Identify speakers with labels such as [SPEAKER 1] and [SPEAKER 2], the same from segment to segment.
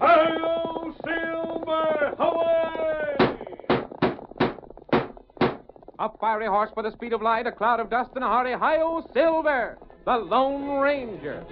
[SPEAKER 1] Hail, Silver! Away!
[SPEAKER 2] A fiery horse with the speed of light, a cloud of dust, and a hearty hi-yo silver, the Lone Ranger.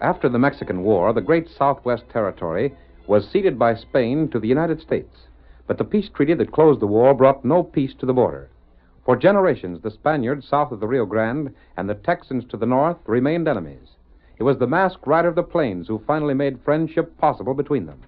[SPEAKER 2] After the Mexican War, the great Southwest Territory was ceded by Spain to the United States. But the peace treaty that closed the war brought no peace to the border. For generations, the Spaniards south of the Rio Grande and the Texans to the north remained enemies. It was the masked rider of the plains who finally made friendship possible between them.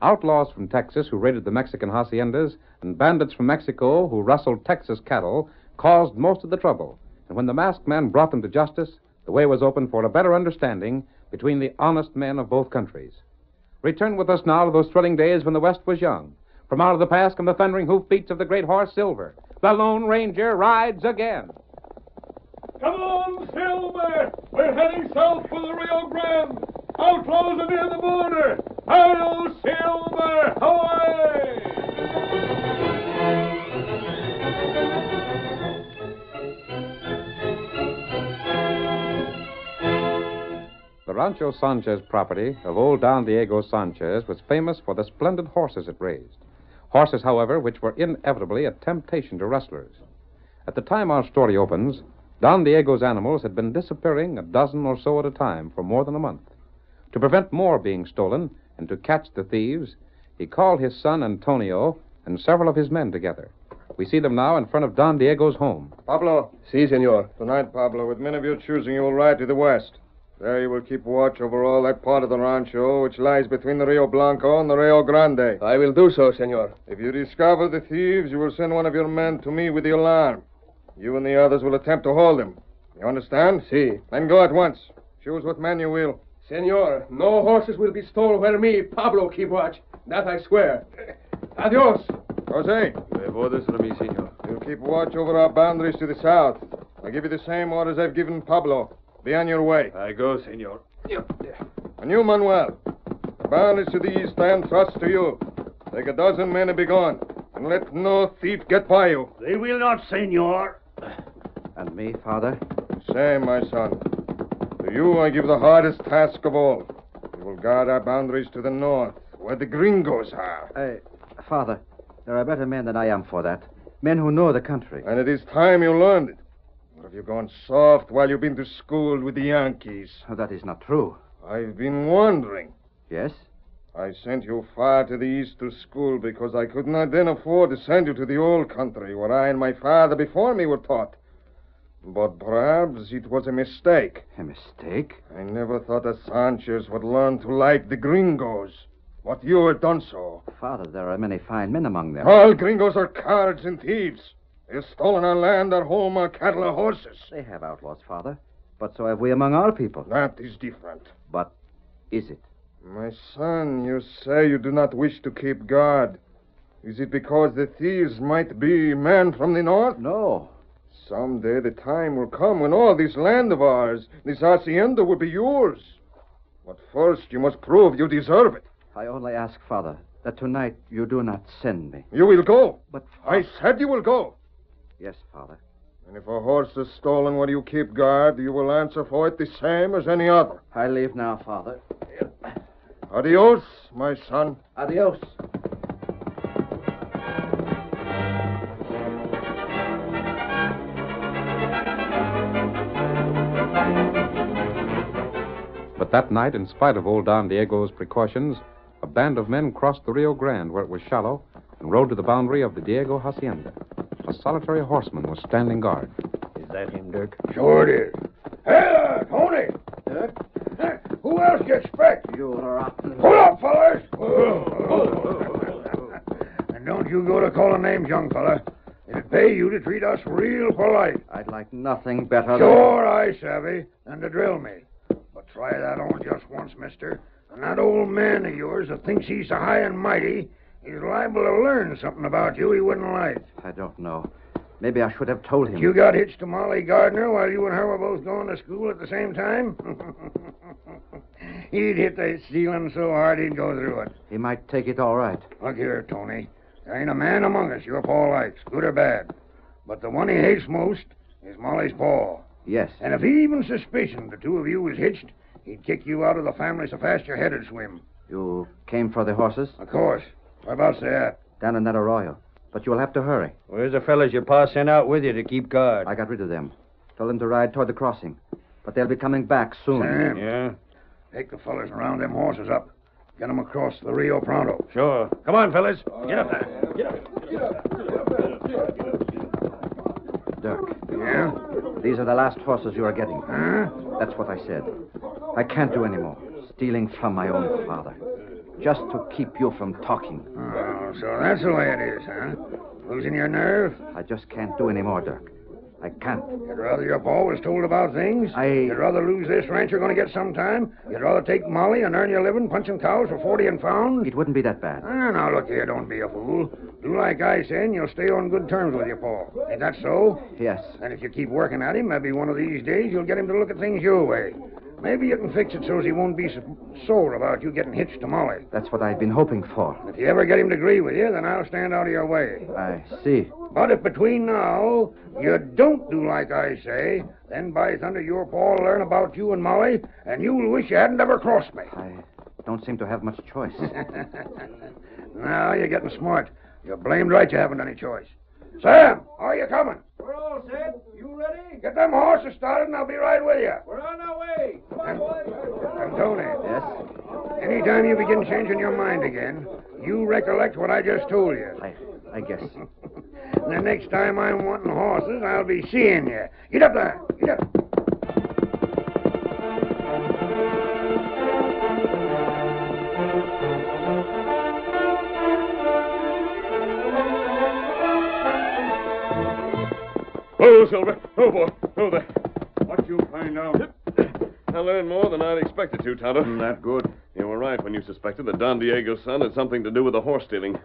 [SPEAKER 2] Outlaws from Texas who raided the Mexican haciendas and bandits from Mexico who rustled Texas cattle caused most of the trouble. And when the masked man brought them to justice, the way was open for a better understanding between the honest men of both countries. Return with us now to those thrilling days when the West was young. From out of the past come the thundering hoofbeats of the great horse Silver. The Lone Ranger rides again.
[SPEAKER 1] Come on, Silver! We're heading south for the Rio Grande! Outlaws are near the border! Hail, Silver! Away!
[SPEAKER 2] The Rancho Sanchez property of old Don Diego Sanchez was famous for the splendid horses it raised. Horses, however, which were inevitably a temptation to rustlers. At the time our story opens, Don Diego's animals had been disappearing a dozen or so at a time for more than a month. To prevent more being stolen and to catch the thieves, he called his son Antonio and several of his men together. We see them now in front of Don Diego's home.
[SPEAKER 3] Pablo. Si, senor. Tonight, Pablo, with men of your choosing, you will ride to the west. There you will keep watch over all that part of the rancho which lies between the Rio Blanco and the Rio Grande.
[SPEAKER 4] I will do so, senor.
[SPEAKER 3] If you discover the thieves, you will send one of your men to me with the alarm. You and the others will attempt to hold them. You understand?
[SPEAKER 4] Si.
[SPEAKER 3] Then go at once. Choose what man you will.
[SPEAKER 4] Senor, no horses will be stolen where me, Pablo, keep watch. That I swear. Adios.
[SPEAKER 3] Jose,
[SPEAKER 4] have orders from me, senor.
[SPEAKER 3] you'll keep watch over our boundaries to the south. I'll give you the same orders I've given Pablo. Be on your way.
[SPEAKER 4] I go, senor.
[SPEAKER 3] And you, Manuel, the boundaries to the east I entrust to you. Take a dozen men and be gone, and let no thief get by you.
[SPEAKER 5] They will not, senor.
[SPEAKER 2] And me, father?
[SPEAKER 3] Say, my son, to you I give the hardest task of all. You will guard our boundaries to the north, where the gringos are.
[SPEAKER 6] Uh,
[SPEAKER 2] Eh,
[SPEAKER 6] Father, there are better men than I am for that. Men who know the country.
[SPEAKER 3] And it is time you learned it. Or have you gone soft while you've been to school with the Yankees?
[SPEAKER 6] Oh, that is not true.
[SPEAKER 3] I've been wondering.
[SPEAKER 6] Yes?
[SPEAKER 3] I sent you far to the east to school because I could not then afford to send you to the old country where I and my father before me were taught. But perhaps it was a mistake.
[SPEAKER 6] A mistake?
[SPEAKER 3] I never thought that Sanchez would learn to like the gringos.
[SPEAKER 7] What you have done so.
[SPEAKER 2] Father, there are many fine men among them.
[SPEAKER 7] All gringos are cowards and thieves. They've stolen our land, our home, our cattle, our horses.
[SPEAKER 2] They have outlaws, Father. But so have we among our people.
[SPEAKER 7] That is different.
[SPEAKER 2] But is it?
[SPEAKER 7] My son, you say you do not wish to keep guard. Is it because the thieves might be men from the north?
[SPEAKER 2] No.
[SPEAKER 7] Someday the time will come when all this land of ours, this hacienda, will be yours. But first you must prove you deserve it.
[SPEAKER 2] I only ask, Father, that tonight you do not send me.
[SPEAKER 7] You will go.
[SPEAKER 2] But
[SPEAKER 7] I said you will go.
[SPEAKER 2] yes, Father.
[SPEAKER 7] And if a horse is stolen while you keep guard, you will answer for it the same as any other.
[SPEAKER 2] I leave now, Father.
[SPEAKER 7] Adios, my son.
[SPEAKER 2] Adios.
[SPEAKER 8] But that night, in spite of old Don Diego's precautions, a band of men crossed the Rio Grande, where it was shallow, and rode to the boundary of the Diego hacienda. A solitary horseman was standing guard.
[SPEAKER 9] Is that him, Dirk?
[SPEAKER 10] Sure it is. Hey, Tony! Who else you expect?
[SPEAKER 2] You rotten.
[SPEAKER 10] Pull up, fellas!
[SPEAKER 9] And don't you go to calling names, young fella. It'd pay you to treat us real polite.
[SPEAKER 2] I'd like nothing better
[SPEAKER 9] Sure, I savvy, than to drill me. But try that on just once, mister. And that old man of yours that thinks he's so high and mighty, he's liable to learn something about you he wouldn't like.
[SPEAKER 2] than. I don't know. Maybe I should have told him.
[SPEAKER 9] You got hitched to Molly Gardner while you and her were both going to school at the same time? he'd hit that ceiling so hard he'd go through it.
[SPEAKER 2] He might take it all right.
[SPEAKER 9] Look here, Tony. There ain't a man among us your pa likes, good or bad. But the one he hates most is Molly's pa.
[SPEAKER 2] Yes.
[SPEAKER 9] And if he even suspicioned the two of you was hitched, he'd kick you out of the family so fast your head'd swim.
[SPEAKER 2] You came for the horses
[SPEAKER 9] Of course. Whereabouts they at?
[SPEAKER 2] down in that arroyo. But you'll have to hurry.
[SPEAKER 6] Where's the fellas your pa sent out with you to keep guard?
[SPEAKER 2] I got rid of them. Told them to ride toward the crossing. But they'll be coming back soon.
[SPEAKER 9] Sam.
[SPEAKER 6] Yeah,
[SPEAKER 9] Take the fellas and round them horses up. Get 'em across the Rio Pronto.
[SPEAKER 6] sure. Come on, fellas. Get up there.
[SPEAKER 2] Dirk,
[SPEAKER 9] Yeah?
[SPEAKER 2] these are the last horses you are getting.
[SPEAKER 9] Huh?
[SPEAKER 2] That's what I said. I can't do any more. Stealing from my own father. Just to keep you from talking.
[SPEAKER 9] Oh, so that's the way it is, huh? Losing your nerve?
[SPEAKER 2] I just can't do any more, Dirk. I can't.
[SPEAKER 9] You'd rather your pa was told about things?
[SPEAKER 2] I-
[SPEAKER 9] You'd rather lose this ranch you're going to get sometime? You'd rather take Molly and earn your living punching cows for 40 and pound?
[SPEAKER 2] It wouldn't be that bad.
[SPEAKER 9] Ah, now, look here, don't be a fool. Do like I say, and you'll stay on good terms with your pa. Ain't that so?
[SPEAKER 2] Yes.
[SPEAKER 9] And if you keep working at him, maybe one of these days you'll get him to look at things your way. Maybe you can fix it so's he won't be so sore about you getting hitched to Molly.
[SPEAKER 2] That's what I've been hoping for.
[SPEAKER 9] If you ever get him to agree with you, then I'll stand out of your way.
[SPEAKER 2] I see.
[SPEAKER 9] But if between now you don't do like I say, then by thunder your pa'll learn about you and Molly, and you'll wish you hadn't ever crossed me.
[SPEAKER 2] I don't seem to have much choice.
[SPEAKER 9] now you're getting smart. You're blamed right you haven't any choice. Sam, are you coming?
[SPEAKER 10] We're all set. You ready?
[SPEAKER 9] Get them horses started and I'll be right with you.
[SPEAKER 10] We're on our way. Come on, boys.
[SPEAKER 9] And Tony,
[SPEAKER 2] Yes?
[SPEAKER 9] anytime you begin changing your mind again, you recollect what I just told you.
[SPEAKER 2] I, I guess.
[SPEAKER 9] The next time I'm wanting horses, I'll be seeing you. Get up there. Get up.
[SPEAKER 3] Oh, Silver. Oh, boy. Oh, there. What you find out? Mm, I learned more than I'd expected to, Tonto.
[SPEAKER 6] Not good.
[SPEAKER 3] You were right when you suspected that Don Diego's son had something to do with the horse stealing.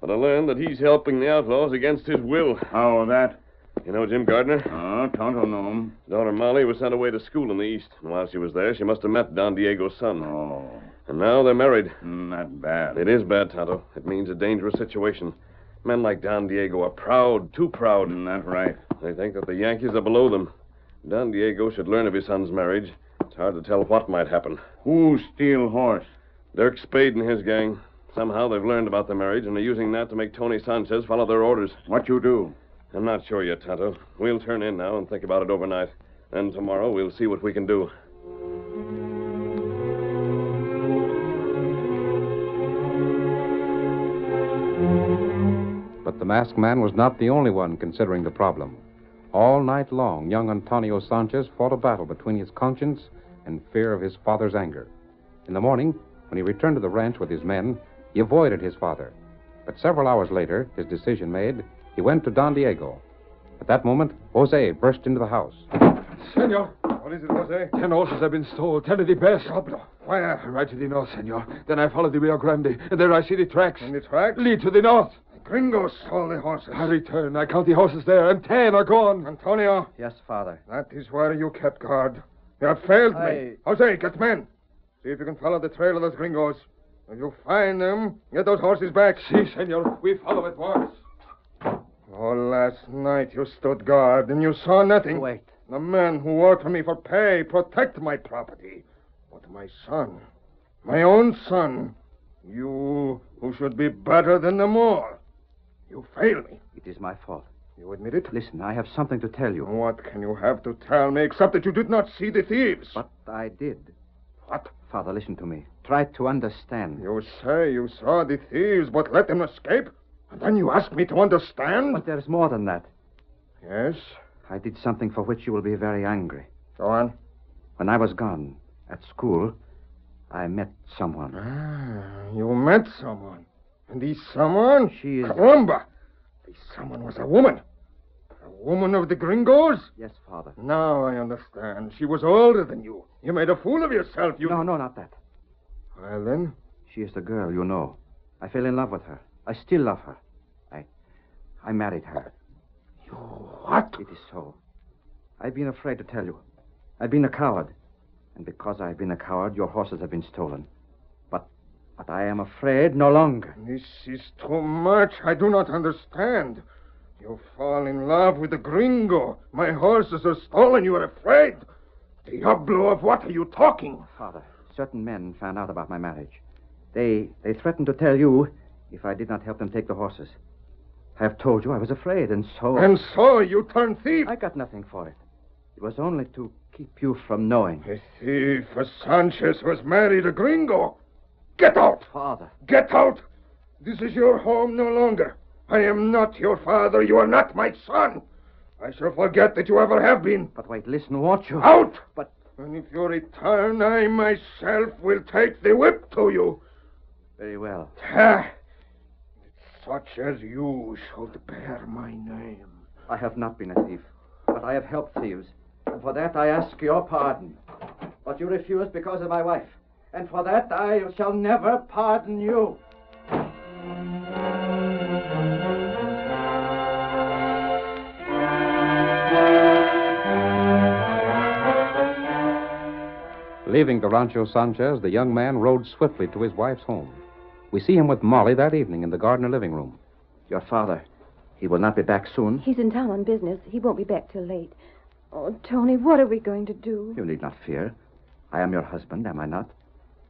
[SPEAKER 3] But I learned that he's helping the outlaws against his will.
[SPEAKER 6] How that?
[SPEAKER 3] You know Jim Gardner?
[SPEAKER 6] Oh, Tonto know him.
[SPEAKER 3] Daughter Molly was sent away to school in the East. And while she was there, she must have met Don Diego's son.
[SPEAKER 6] Oh,
[SPEAKER 3] And now they're married.
[SPEAKER 6] not bad.
[SPEAKER 3] It is bad, Tonto. It means a dangerous situation. Men like Don Diego are proud, too proud.
[SPEAKER 6] Not Mm, right.
[SPEAKER 3] They think that the Yankees are below them. Don Diego should learn of his son's marriage. It's hard to tell what might happen.
[SPEAKER 6] Who steal horse?
[SPEAKER 3] Dirk Spade and his gang. Somehow they've learned about the marriage and are using that to make Tony Sanchez follow their orders.
[SPEAKER 6] What you do?
[SPEAKER 3] I'm not sure yet, Tonto. We'll turn in now and think about it overnight. Then tomorrow we'll see what we can do.
[SPEAKER 8] But the masked man was not the only one considering the problem. All night long, young Antonio Sanchez fought a battle between his conscience and fear of his father's anger. In the morning,
[SPEAKER 2] When he returned to the ranch with his men, he avoided his father. But several hours later, his decision made, he went to Don Diego. At that moment, Jose burst into the house.
[SPEAKER 4] Senor,
[SPEAKER 3] What is it, Jose?
[SPEAKER 4] ten horses have been stolen. Ten of the best.
[SPEAKER 3] Where?
[SPEAKER 4] Right to the north, senor. Then I follow the Rio Grande, and there I see the tracks.
[SPEAKER 3] In the tracks?
[SPEAKER 4] Lead to the north.
[SPEAKER 3] Gringos stole the horses.
[SPEAKER 4] I return. I count the horses there, and ten are gone.
[SPEAKER 3] Antonio,
[SPEAKER 6] Yes, Father.
[SPEAKER 3] that is where you kept guard. You have failed me.
[SPEAKER 6] I-
[SPEAKER 3] Jose, get men. See if you can follow the trail of those gringos. If you find them, get those horses back.
[SPEAKER 4] See, senor, we follow at once.
[SPEAKER 3] Oh, last night you stood guard and you saw nothing.
[SPEAKER 6] Wait.
[SPEAKER 3] The men who work for me for pay protect my property. But my son, my own son, you who should be better than them all, you fail me.
[SPEAKER 6] It is my fault.
[SPEAKER 3] You admit it?
[SPEAKER 6] Listen, I have something to tell you.
[SPEAKER 3] What can you have to tell me except that you did not see the thieves?
[SPEAKER 6] But I did.
[SPEAKER 3] What?
[SPEAKER 6] Father, listen to me. Try to understand.
[SPEAKER 3] You say you saw the thieves but let them escape? And then you ask me to understand?
[SPEAKER 6] But there's more than that.
[SPEAKER 3] Yes?
[SPEAKER 6] I did something for which you will be very angry.
[SPEAKER 3] Go on.
[SPEAKER 6] When I was gone at school, I met someone.
[SPEAKER 3] Ah, you met someone. And this someone?
[SPEAKER 6] She is-
[SPEAKER 3] Columba. This someone was a woman. A woman of the gringos?
[SPEAKER 6] Yes, Father.
[SPEAKER 3] Now I understand. She was older than you. You made a fool of yourself. You.
[SPEAKER 6] No, no, not that.
[SPEAKER 3] Well, then,
[SPEAKER 6] She is the girl you know. I fell in love with her. I still love her. I. I married her.
[SPEAKER 3] what?
[SPEAKER 6] It is so. I've been afraid to tell you. I've been a coward. And because I've been a coward, your horses have been stolen. But. But I am afraid no longer.
[SPEAKER 3] This is too much. I do not understand. You fall in love with the gringo. My horses are stolen. You are afraid. Diablo, of what are you talking?
[SPEAKER 6] Father, certain men found out about my marriage. They. They threatened to tell you if I did not help them take the horses. I have told you I was afraid, and so.
[SPEAKER 3] And so you turn thief.
[SPEAKER 6] I got nothing for it. It was only to keep you from knowing.
[SPEAKER 3] A thief, a Sanchez, was married a gringo. Get out!
[SPEAKER 6] Father.
[SPEAKER 3] Get out! This is your home no longer. I am not your father. You are not my son. I shall forget that you ever have been.
[SPEAKER 6] But wait, listen, won't you?
[SPEAKER 3] Out!
[SPEAKER 6] But-
[SPEAKER 3] And if you return, I myself will take the whip to you.
[SPEAKER 6] Very well.
[SPEAKER 3] Ah, Such as you should bear my name.
[SPEAKER 6] I have not been a thief, but I have helped thieves. And for that I ask your pardon. But you refused because of my wife. And for that I shall never pardon you.
[SPEAKER 2] Leaving the Rancho Sanchez, the young man rode swiftly to his wife's home. We see him with Molly that evening in the Gardner living room.
[SPEAKER 6] Your father, he will not be back soon.
[SPEAKER 9] He's in town on business. He won't be back till late. Oh, Tony, what are we going to do?
[SPEAKER 6] You need not fear. I am your husband, am I not?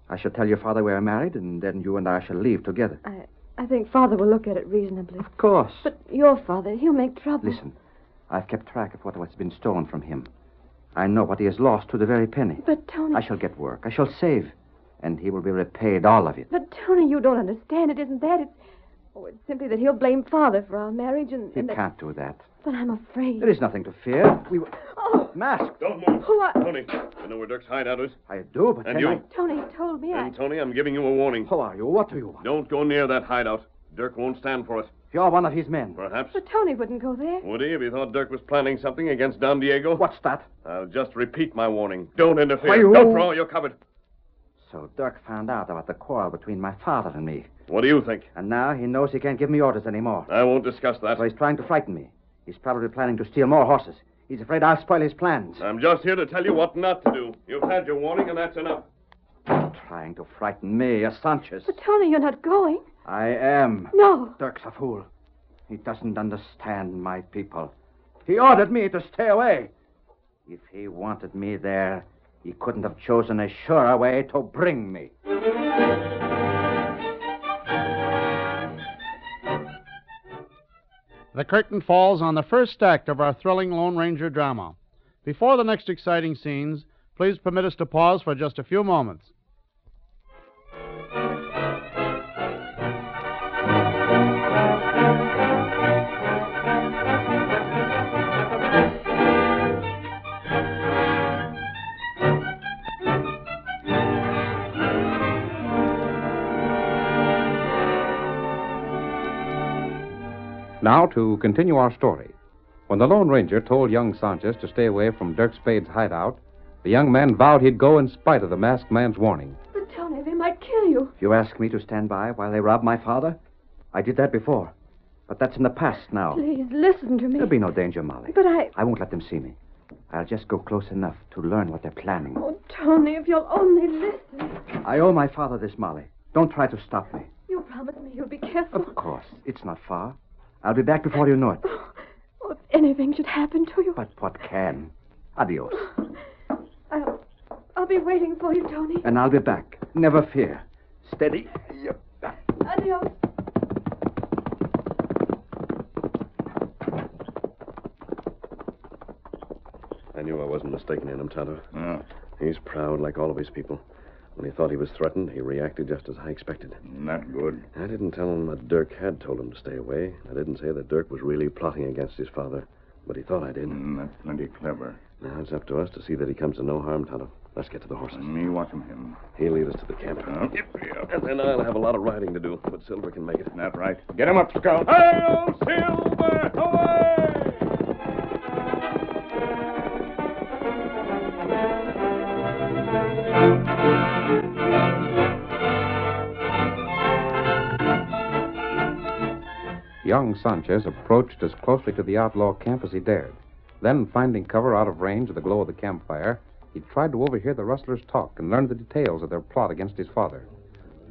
[SPEAKER 6] I shall tell your father we are married, and then you and I shall leave together.
[SPEAKER 9] I, I think Father will look at it reasonably.
[SPEAKER 6] Of course.
[SPEAKER 9] But your father, he'll make trouble.
[SPEAKER 6] Listen, I've kept track of what has been stolen from him. I know what he has lost to the very penny.
[SPEAKER 9] But Tony,
[SPEAKER 6] I shall get work. I shall save. And he will be repaid all of it.
[SPEAKER 9] but Tony, you don't understand. It isn't that. It's, oh, it's simply that he'll blame Father for our marriage and.
[SPEAKER 6] He
[SPEAKER 9] and that-
[SPEAKER 6] can't do that.
[SPEAKER 9] But I'm afraid.
[SPEAKER 6] There is nothing to fear. We were...
[SPEAKER 9] Oh,
[SPEAKER 6] Mask.
[SPEAKER 11] Don't move.
[SPEAKER 9] oh, I-
[SPEAKER 11] Tony, I know where Dirk's hideout is.
[SPEAKER 6] I do, but
[SPEAKER 11] And
[SPEAKER 6] then
[SPEAKER 11] you?
[SPEAKER 6] I...
[SPEAKER 9] Tony told me I.
[SPEAKER 11] And Tony, I'm giving you a warning.
[SPEAKER 6] Who are you? What do you want?
[SPEAKER 11] Don't go near that hideout. Dirk won't stand for it.
[SPEAKER 6] You're one of his men.
[SPEAKER 11] Perhaps.
[SPEAKER 9] But Tony wouldn't go there.
[SPEAKER 11] Would he if he thought Dirk was planning something against Don Diego?
[SPEAKER 6] What's that?
[SPEAKER 11] I'll just repeat my warning. Don't interfere.
[SPEAKER 6] Why, you-
[SPEAKER 11] Don't throw. You're covered.
[SPEAKER 6] So Dirk found out about the quarrel between my father and me.
[SPEAKER 11] What do you think?
[SPEAKER 6] And now he knows he can't give me orders anymore.
[SPEAKER 11] I won't discuss that.
[SPEAKER 6] So he's trying to frighten me. He's probably planning to steal more horses. He's afraid I'll spoil his plans.
[SPEAKER 11] I'm just here to tell you what not to do. You've had your warning, and that's enough.
[SPEAKER 6] Trying to frighten me, a Sanchez.
[SPEAKER 9] But Tony, you're not going.
[SPEAKER 6] I am.
[SPEAKER 9] No.
[SPEAKER 6] Dirk's a fool. He doesn't understand my people. He ordered me to stay away. If he wanted me there, he couldn't have chosen a surer way to bring me.
[SPEAKER 12] The curtain falls on the first act of our thrilling Lone Ranger drama. Before the next exciting scenes, please permit us to pause for just a few moments.
[SPEAKER 2] Now, to continue our story. When the Lone Ranger told young Sanchez to stay away from Dirk Spade's hideout, the young man vowed he'd go in spite of the masked man's warning.
[SPEAKER 9] But Tony, they might kill you.
[SPEAKER 6] If you ask me to stand by while they rob my father, I did that before. But that's in the past now.
[SPEAKER 9] Please listen to me.
[SPEAKER 6] There'll be no danger, Molly.
[SPEAKER 9] But I.
[SPEAKER 6] I won't let them see me. I'll just go close enough to learn what they're planning.
[SPEAKER 9] Oh, Tony, if you'll only listen.
[SPEAKER 6] I owe my father this, Molly. Don't try to stop me.
[SPEAKER 9] You promised me you'll be careful.
[SPEAKER 6] Of course. It's not far. I'll be back before you know it.
[SPEAKER 9] Oh, if anything should happen to you,
[SPEAKER 6] But what can? Adios.
[SPEAKER 9] I'll, I'll be waiting for you, Tony.
[SPEAKER 6] And I'll be back. Never fear. Steady. Yep.
[SPEAKER 9] Adios.
[SPEAKER 13] I knew I wasn't mistaken in him, Tonto. He's proud, like all of his people. When he thought he was threatened, he reacted just as I expected.
[SPEAKER 14] Not good.
[SPEAKER 13] I didn't tell him that Dirk had told him to stay away. I didn't say that Dirk was really plotting against his father, but he thought I did.
[SPEAKER 14] Mm, that's plenty clever.
[SPEAKER 13] Now it's up to us to see that he comes to no harm, Tonto. Let's get to the horses.
[SPEAKER 14] Me watching him. Oh.
[SPEAKER 13] He'll lead us to the camp. And then I'll have a lot of riding to do, but Silver can make it.
[SPEAKER 14] Not right. Get him up, Scout.
[SPEAKER 15] Hail, Silver! Away!
[SPEAKER 2] Young Sanchez approached as closely to the outlaw camp as he dared. Then, finding cover out of range of the glow of the campfire, he tried to overhear the rustlers talk and learn the details of their plot against his father.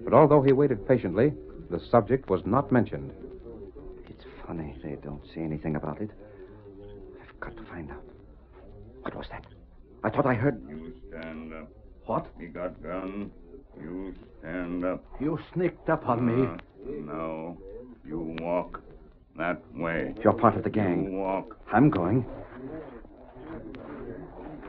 [SPEAKER 2] But although he waited patiently, the subject was not mentioned.
[SPEAKER 6] Funny they don't say anything about it. I've got to find out. What was that? I thought I heard.
[SPEAKER 14] You stand up.
[SPEAKER 6] What?
[SPEAKER 14] He got gun. You stand up.
[SPEAKER 6] You sneaked up on me.
[SPEAKER 14] Uh, no. You walk that way.
[SPEAKER 6] You're part of the gang.
[SPEAKER 14] You walk.
[SPEAKER 6] I'm going.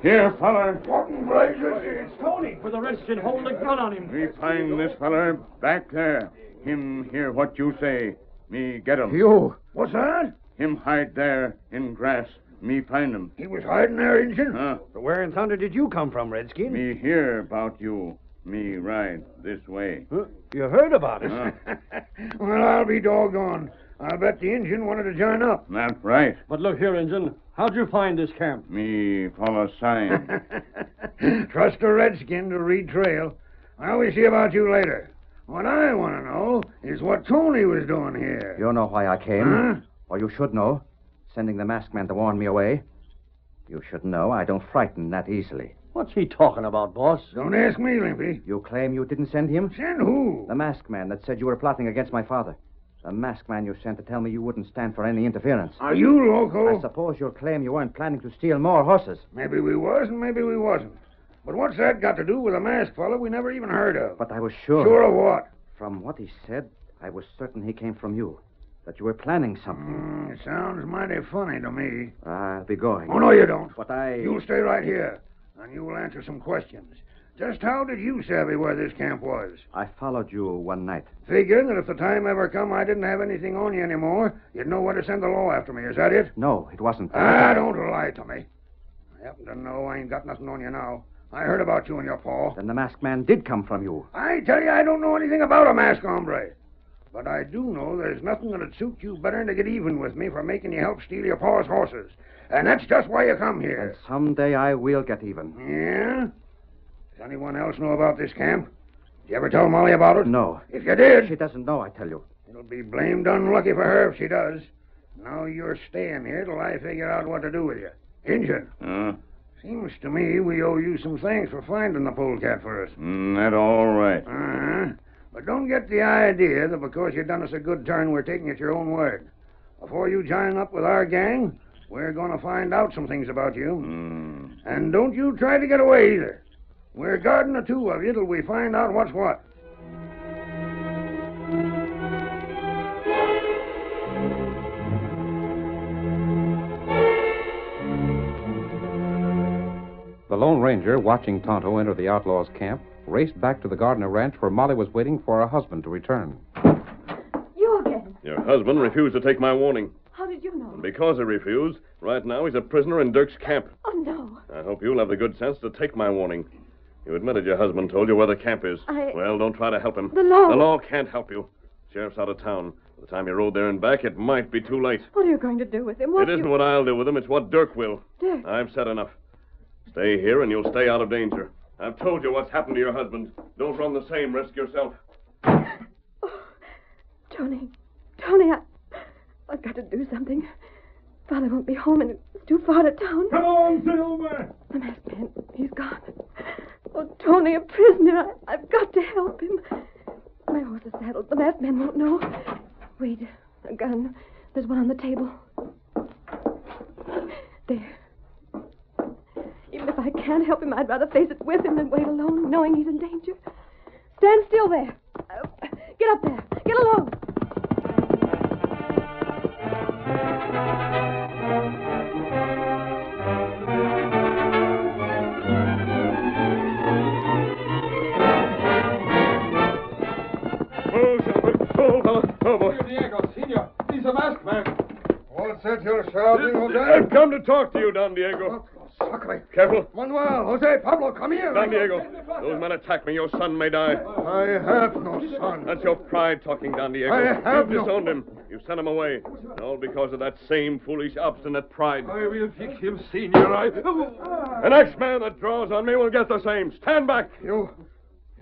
[SPEAKER 14] Here, feller.
[SPEAKER 16] Blazes, it's Tony.
[SPEAKER 17] With the redskin holding a gun on him.
[SPEAKER 14] Me find this feller back there. Him hear what you say. Me get him.
[SPEAKER 3] You. What's that?
[SPEAKER 14] Him hide there in grass. Me find him.
[SPEAKER 3] He was hiding there, Injun?
[SPEAKER 14] Huh.
[SPEAKER 3] But where in thunder did you come from, Redskin?
[SPEAKER 14] Me hear about you. Me ride this way.
[SPEAKER 3] You heard about us.
[SPEAKER 14] Huh.
[SPEAKER 17] Uh-huh.
[SPEAKER 3] well, I'll be doggone. I bet the Injun wanted to join up.
[SPEAKER 14] Not right.
[SPEAKER 17] But look here, Injun. How'd you find this camp?
[SPEAKER 14] Me follow sign.
[SPEAKER 3] Trust a Redskin to read trail. I'll see about you later. What I want to know is what Tony was doing here.
[SPEAKER 6] You know why I came.
[SPEAKER 3] Huh?
[SPEAKER 6] Or you should know. Sending the masked man to warn me away. You should know I don't frighten that easily.
[SPEAKER 17] What's he talking about, boss?
[SPEAKER 3] Don't ask me, Limpy.
[SPEAKER 6] You claim you didn't send him?
[SPEAKER 3] Send who?
[SPEAKER 6] The masked man that said you were plotting against my father. The masked man you sent to tell me you wouldn't stand for any interference.
[SPEAKER 3] Are you loco?
[SPEAKER 6] I suppose you'll claim you weren't planning to steal more horses.
[SPEAKER 3] Maybe we was and maybe we wasn't. But what's that got to do with a masked fellow we never even heard of?
[SPEAKER 6] But I was sure.
[SPEAKER 3] Sure of what?
[SPEAKER 6] From what he said, I was certain he came from you. That you were planning something. Ah,
[SPEAKER 3] Hmm, it sounds mighty funny to me.
[SPEAKER 6] I'll be going.
[SPEAKER 3] Oh, no, you don't.
[SPEAKER 6] But I.
[SPEAKER 3] You'll stay right here, and you will answer some questions. Just how did you savvy where this camp was?
[SPEAKER 6] I followed you one night.
[SPEAKER 3] Figuring that if the time ever come I didn't have anything on you anymore, you'd know where to send the law after me. Is that it?
[SPEAKER 6] No, it wasn't.
[SPEAKER 3] Ah, don't lie to me. I happen to know I ain't got nothing on you now. I heard about you and your paw.
[SPEAKER 6] Then the masked man did come from you.
[SPEAKER 3] I tell you, I don't know anything about a mask hombre. But I do know there's nothing that'd suit you better than to get even with me for making you help steal your paw's horses. And that's just why you come
[SPEAKER 6] And
[SPEAKER 3] here.
[SPEAKER 6] someday I will get even.
[SPEAKER 3] Yeah? Does anyone else know about this camp? Did you ever tell Molly about it?
[SPEAKER 6] No.
[SPEAKER 3] If you did,
[SPEAKER 6] She doesn't know, I tell you.
[SPEAKER 3] it'll be blamed unlucky for her if she does. Now you're staying here till I figure out what to do with you. Injun,
[SPEAKER 14] Uh,
[SPEAKER 3] seems to me we owe you some thanks for finding the polecat for us.
[SPEAKER 14] mm, that all right.
[SPEAKER 3] Uh-huh. But don't get the idea that because you've done us a good turn, we're taking it your own word. Before you join up with our gang, we're going to find out some things about you.
[SPEAKER 14] Mm,
[SPEAKER 3] And don't you try to get away either. We're guarding the two of you till we find out what's what.
[SPEAKER 2] The Lone Ranger, watching Tonto enter the outlaw's camp, raced back to the Gardner Ranch where Molly was waiting for her husband to return.
[SPEAKER 9] You again.
[SPEAKER 13] Your husband refused to take my warning.
[SPEAKER 9] How did you know?
[SPEAKER 13] And because he refused, right now he's a prisoner in Dirk's camp.
[SPEAKER 9] Oh, no.
[SPEAKER 13] I hope you'll have the good sense to take my warning. You admitted your husband told you where the camp is.
[SPEAKER 9] I-
[SPEAKER 13] Well, don't try to help him.
[SPEAKER 9] The law-
[SPEAKER 13] The law can't help you. Sheriff's out of town.
[SPEAKER 3] By the time you rode there and back, it might be too late.
[SPEAKER 9] What are you going to do with him? What
[SPEAKER 3] it isn't
[SPEAKER 9] you...
[SPEAKER 3] what Uh. I'll do with him, it's what Dirk will.
[SPEAKER 9] Dirk.
[SPEAKER 3] I've said enough. Stay here and you'll stay out of danger. I've told you what's happened to your husband. Don't run the same risk yourself.
[SPEAKER 9] Oh, Tony, Tony, I, I've got to do something. Father won't be home, and it's too far to town.
[SPEAKER 18] Come on, Silver!
[SPEAKER 9] The masked man, he's gone. Oh, Tony, a prisoner. I, I've got to help him. My horse is saddled. The masked man won't know. Wait, a gun. There's one on the table. There. Even if I can't help him, I'd rather face it with him than wait alone, knowing he's in danger. Stand still there. Uh, Get up there. Get along.
[SPEAKER 18] Oh, Silver! Oh, fella! Oh, boy!
[SPEAKER 2] Diego, senor, he's a masked man. What's that you're shouting,
[SPEAKER 3] I've
[SPEAKER 2] Jose?
[SPEAKER 3] come to talk to you, Don Diego.
[SPEAKER 2] Sacre.
[SPEAKER 3] Careful.
[SPEAKER 2] Manuel, Jose, Pablo, come here.
[SPEAKER 3] Don Diego, those men attack me. Your son may die.
[SPEAKER 2] I have no son.
[SPEAKER 3] That's your pride talking, Don Diego.
[SPEAKER 2] I have no-
[SPEAKER 3] You've disowned him. You sent him away. And all because of that same foolish, obstinate pride.
[SPEAKER 18] I will fix him, senor. I...
[SPEAKER 2] Ah.
[SPEAKER 3] The next man that draws on me will get the same. Stand back.
[SPEAKER 2] You.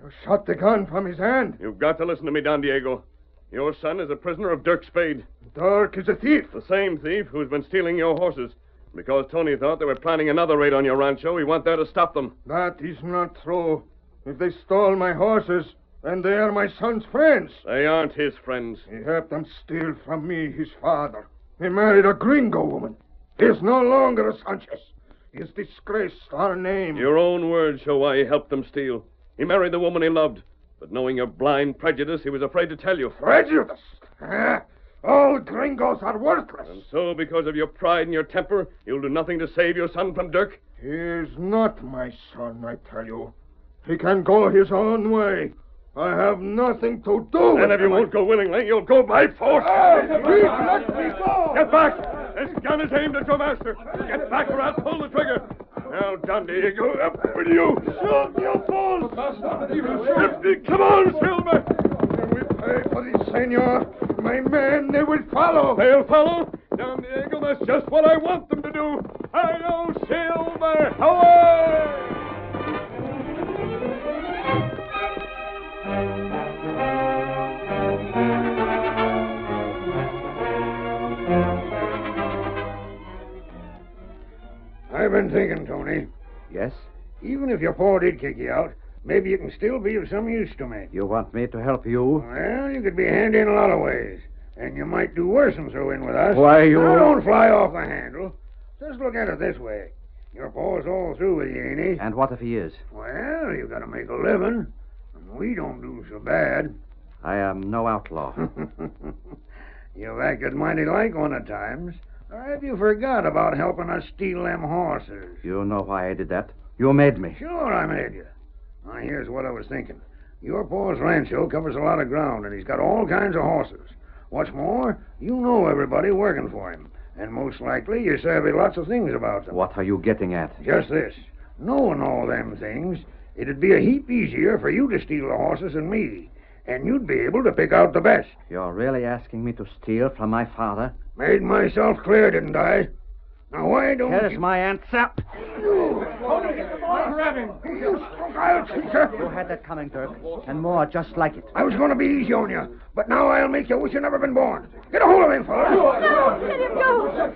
[SPEAKER 2] You shot the gun from his hand.
[SPEAKER 3] You've got to listen to me, Don Diego. Your son is a prisoner of Dirk Spade.
[SPEAKER 2] Dirk is a thief.
[SPEAKER 3] The same thief who's been stealing your horses. Because Tony thought they were planning another raid on your rancho, we went there to stop them.
[SPEAKER 2] That is not true. If they stole my horses, then they are my son's friends.
[SPEAKER 3] They aren't his friends.
[SPEAKER 2] He helped them steal from me his father. He married a gringo woman. He's no longer a Sanchez. He's disgraced our name.
[SPEAKER 3] Your own words show why he helped them steal. He married the woman he loved, but knowing your blind prejudice, he was afraid to tell you.
[SPEAKER 2] Prejudice? Huh? All gringos are worthless.
[SPEAKER 3] And so, because of your pride and your temper, you'll do nothing to save your son from Dirk?
[SPEAKER 2] He is not my son, I tell you. He can go his own way. I have nothing to do with
[SPEAKER 3] and if you
[SPEAKER 2] him.
[SPEAKER 3] won't go willingly, you'll go by force.
[SPEAKER 2] please let me go.
[SPEAKER 3] Get back! This gun is aimed at your master. Get back or I'll pull the trigger. Now, Don Diego, up with you. Shoot, you fool! Come on, Silver!
[SPEAKER 2] Pay for this, senor. My men, they will follow.
[SPEAKER 3] They'll follow? Don Diego, that's just what I want them to do. Hi-yo, Silver! Away!
[SPEAKER 5] I've been thinking, Tony.
[SPEAKER 6] Yes?
[SPEAKER 5] Even if your paw did kick you out, maybe you can still be of some use to me.
[SPEAKER 6] You want me to help you?
[SPEAKER 5] Well, you could be handy in a lot of ways. And you might do worse than throw in with us.
[SPEAKER 6] Why, you-
[SPEAKER 5] Now, don't fly off the handle. Just look at it this way. Your paw's all through with you, ain't he?
[SPEAKER 6] And what if he is?
[SPEAKER 5] Well, you gotta make a living. And we don't do so bad.
[SPEAKER 6] I am no outlaw.
[SPEAKER 5] You've acted mighty like one at times. Or have you forgot about helping us steal them horses?
[SPEAKER 6] you know why I did that. You made me.
[SPEAKER 5] Sure, I made you. Now, here's what I was thinking. Your pa's rancho covers a lot of ground, and he's got all kinds of horses. What's more, you know everybody working for him, and most likely you savvy lots of things about them.
[SPEAKER 6] What are you getting at?
[SPEAKER 5] Just this knowing all them things, it'd be a heap easier for you to steal the horses than me, and you'd be able to pick out the best.
[SPEAKER 6] You're really asking me to steal from my father?
[SPEAKER 5] Made myself clear, didn't I? Now, why don't
[SPEAKER 6] Here's
[SPEAKER 5] you...
[SPEAKER 6] my answer.
[SPEAKER 5] Grab him! You spoke out, teacher!
[SPEAKER 6] You had that coming, Dirk, and more just like it.
[SPEAKER 5] I was going to be easy on you, but now I'll make you wish you'd never been born. Get a hold of him, fellas.
[SPEAKER 9] No, let him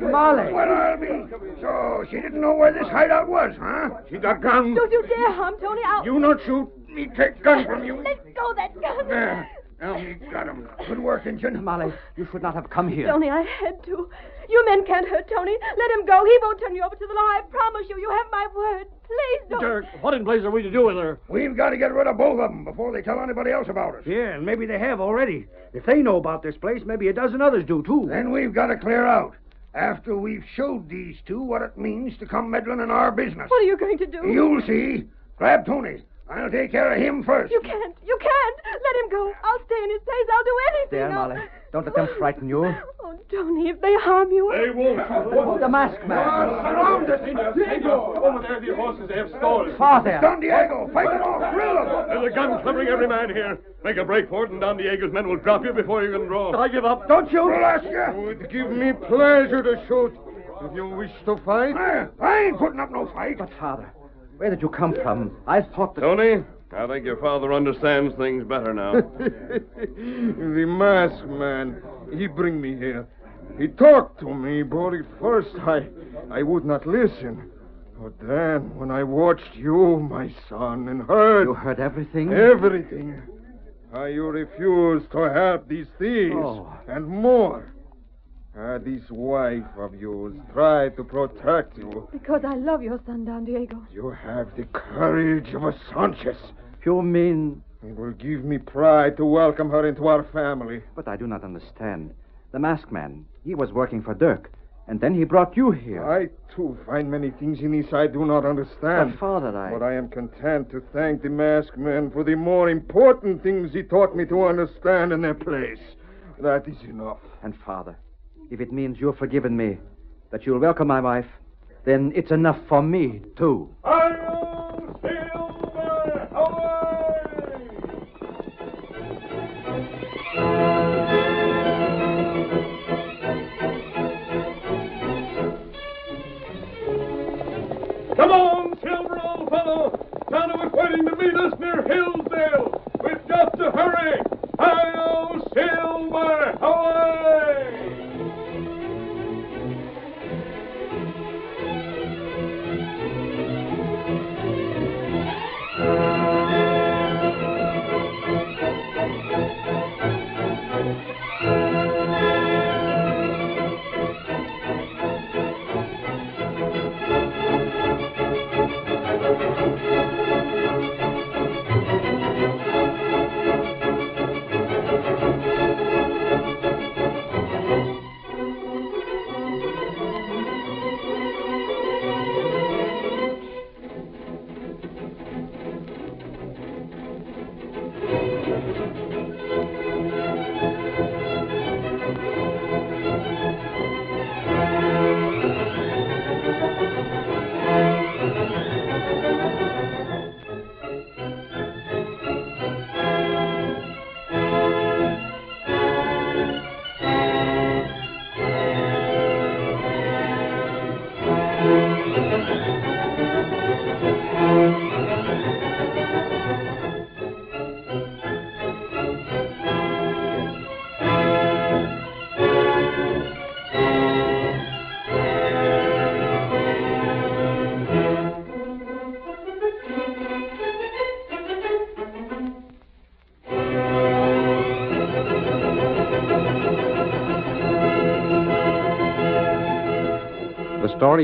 [SPEAKER 9] go.
[SPEAKER 5] Molly. Well, I'll be. So she didn't know where this hideout was, huh? She got gun.
[SPEAKER 9] Don't you dare harm Tony. I'll.
[SPEAKER 5] Mm. You not shoot. Me take gun from you.
[SPEAKER 9] Let go of that gun.
[SPEAKER 5] There. Now me got him. Good work, Injun.
[SPEAKER 6] Molly, you should not have come here.
[SPEAKER 9] Tony, I had to. You men can't hurt Tony. Let him go. He won't turn you over to the law. I promise you. You have my word. Please don't.
[SPEAKER 19] Dirk, what in blazes are we to do with her?
[SPEAKER 5] Oh. We've got to get rid of both of them before they tell anybody else about us.
[SPEAKER 19] Yeah, and maybe they have already. If they know about this place, maybe a dozen others do, too.
[SPEAKER 5] Then we've got to clear out. After we've showed these two what it means to come meddling in our business.
[SPEAKER 9] What are you going to do?
[SPEAKER 5] You'll see. Grab Tony.
[SPEAKER 20] I'll take care of him first.
[SPEAKER 9] You can't. You can't. Let him go. I'll stay in his place. I'll do anything.
[SPEAKER 6] There,
[SPEAKER 9] I'll-
[SPEAKER 6] Molly. Don't let them frighten you.
[SPEAKER 9] Oh, Tony, if they harm you.
[SPEAKER 21] They won't.
[SPEAKER 6] Oh, The masked man.
[SPEAKER 21] Diego! Over there, the horses they have stolen.
[SPEAKER 6] Father.
[SPEAKER 21] Don Diego, fight them off. Drill them. There's a gun covering every man here. Make a break for it, and Don Diego's men will drop you before you can draw. I give up.
[SPEAKER 5] Don't you? Alaska! It would give me pleasure to shoot if you wish to fight.
[SPEAKER 20] I ain't putting up no fight.
[SPEAKER 6] But, Father, where did you come from? I thought that.
[SPEAKER 21] Tony, I think your father understands things better now.
[SPEAKER 5] the masked man, he bring me here. He talked to me, but at first I, I would not listen. But then, when I watched you, my son, and heard... You
[SPEAKER 6] heard everything?
[SPEAKER 5] Everything. How Ah, you refused to help these thieves,
[SPEAKER 21] Oh.
[SPEAKER 5] and more. How this wife of yours tried to protect you.
[SPEAKER 9] Because I love your son, Don Diego.
[SPEAKER 5] You have the courage of a Sanchez.
[SPEAKER 6] You mean.
[SPEAKER 5] It will give me pride to welcome her into our family.
[SPEAKER 6] But I do not understand. The masked man, he was working for Dirk, and then he brought you here.
[SPEAKER 5] I, too, find many things in this I do not understand.
[SPEAKER 6] But, Father, I.
[SPEAKER 5] But I am content to thank the masked man for the more important things he taught me to understand in their place. That is enough.
[SPEAKER 6] And, Father, if it means you've forgiven me, that you'll welcome my wife, then it's enough for me, too.
[SPEAKER 3] Come on, Silver, old fellow. Tonto is waiting to meet us near Hillsdale. We've got to hurry. Hi-yo, Silver, away!
[SPEAKER 2] The story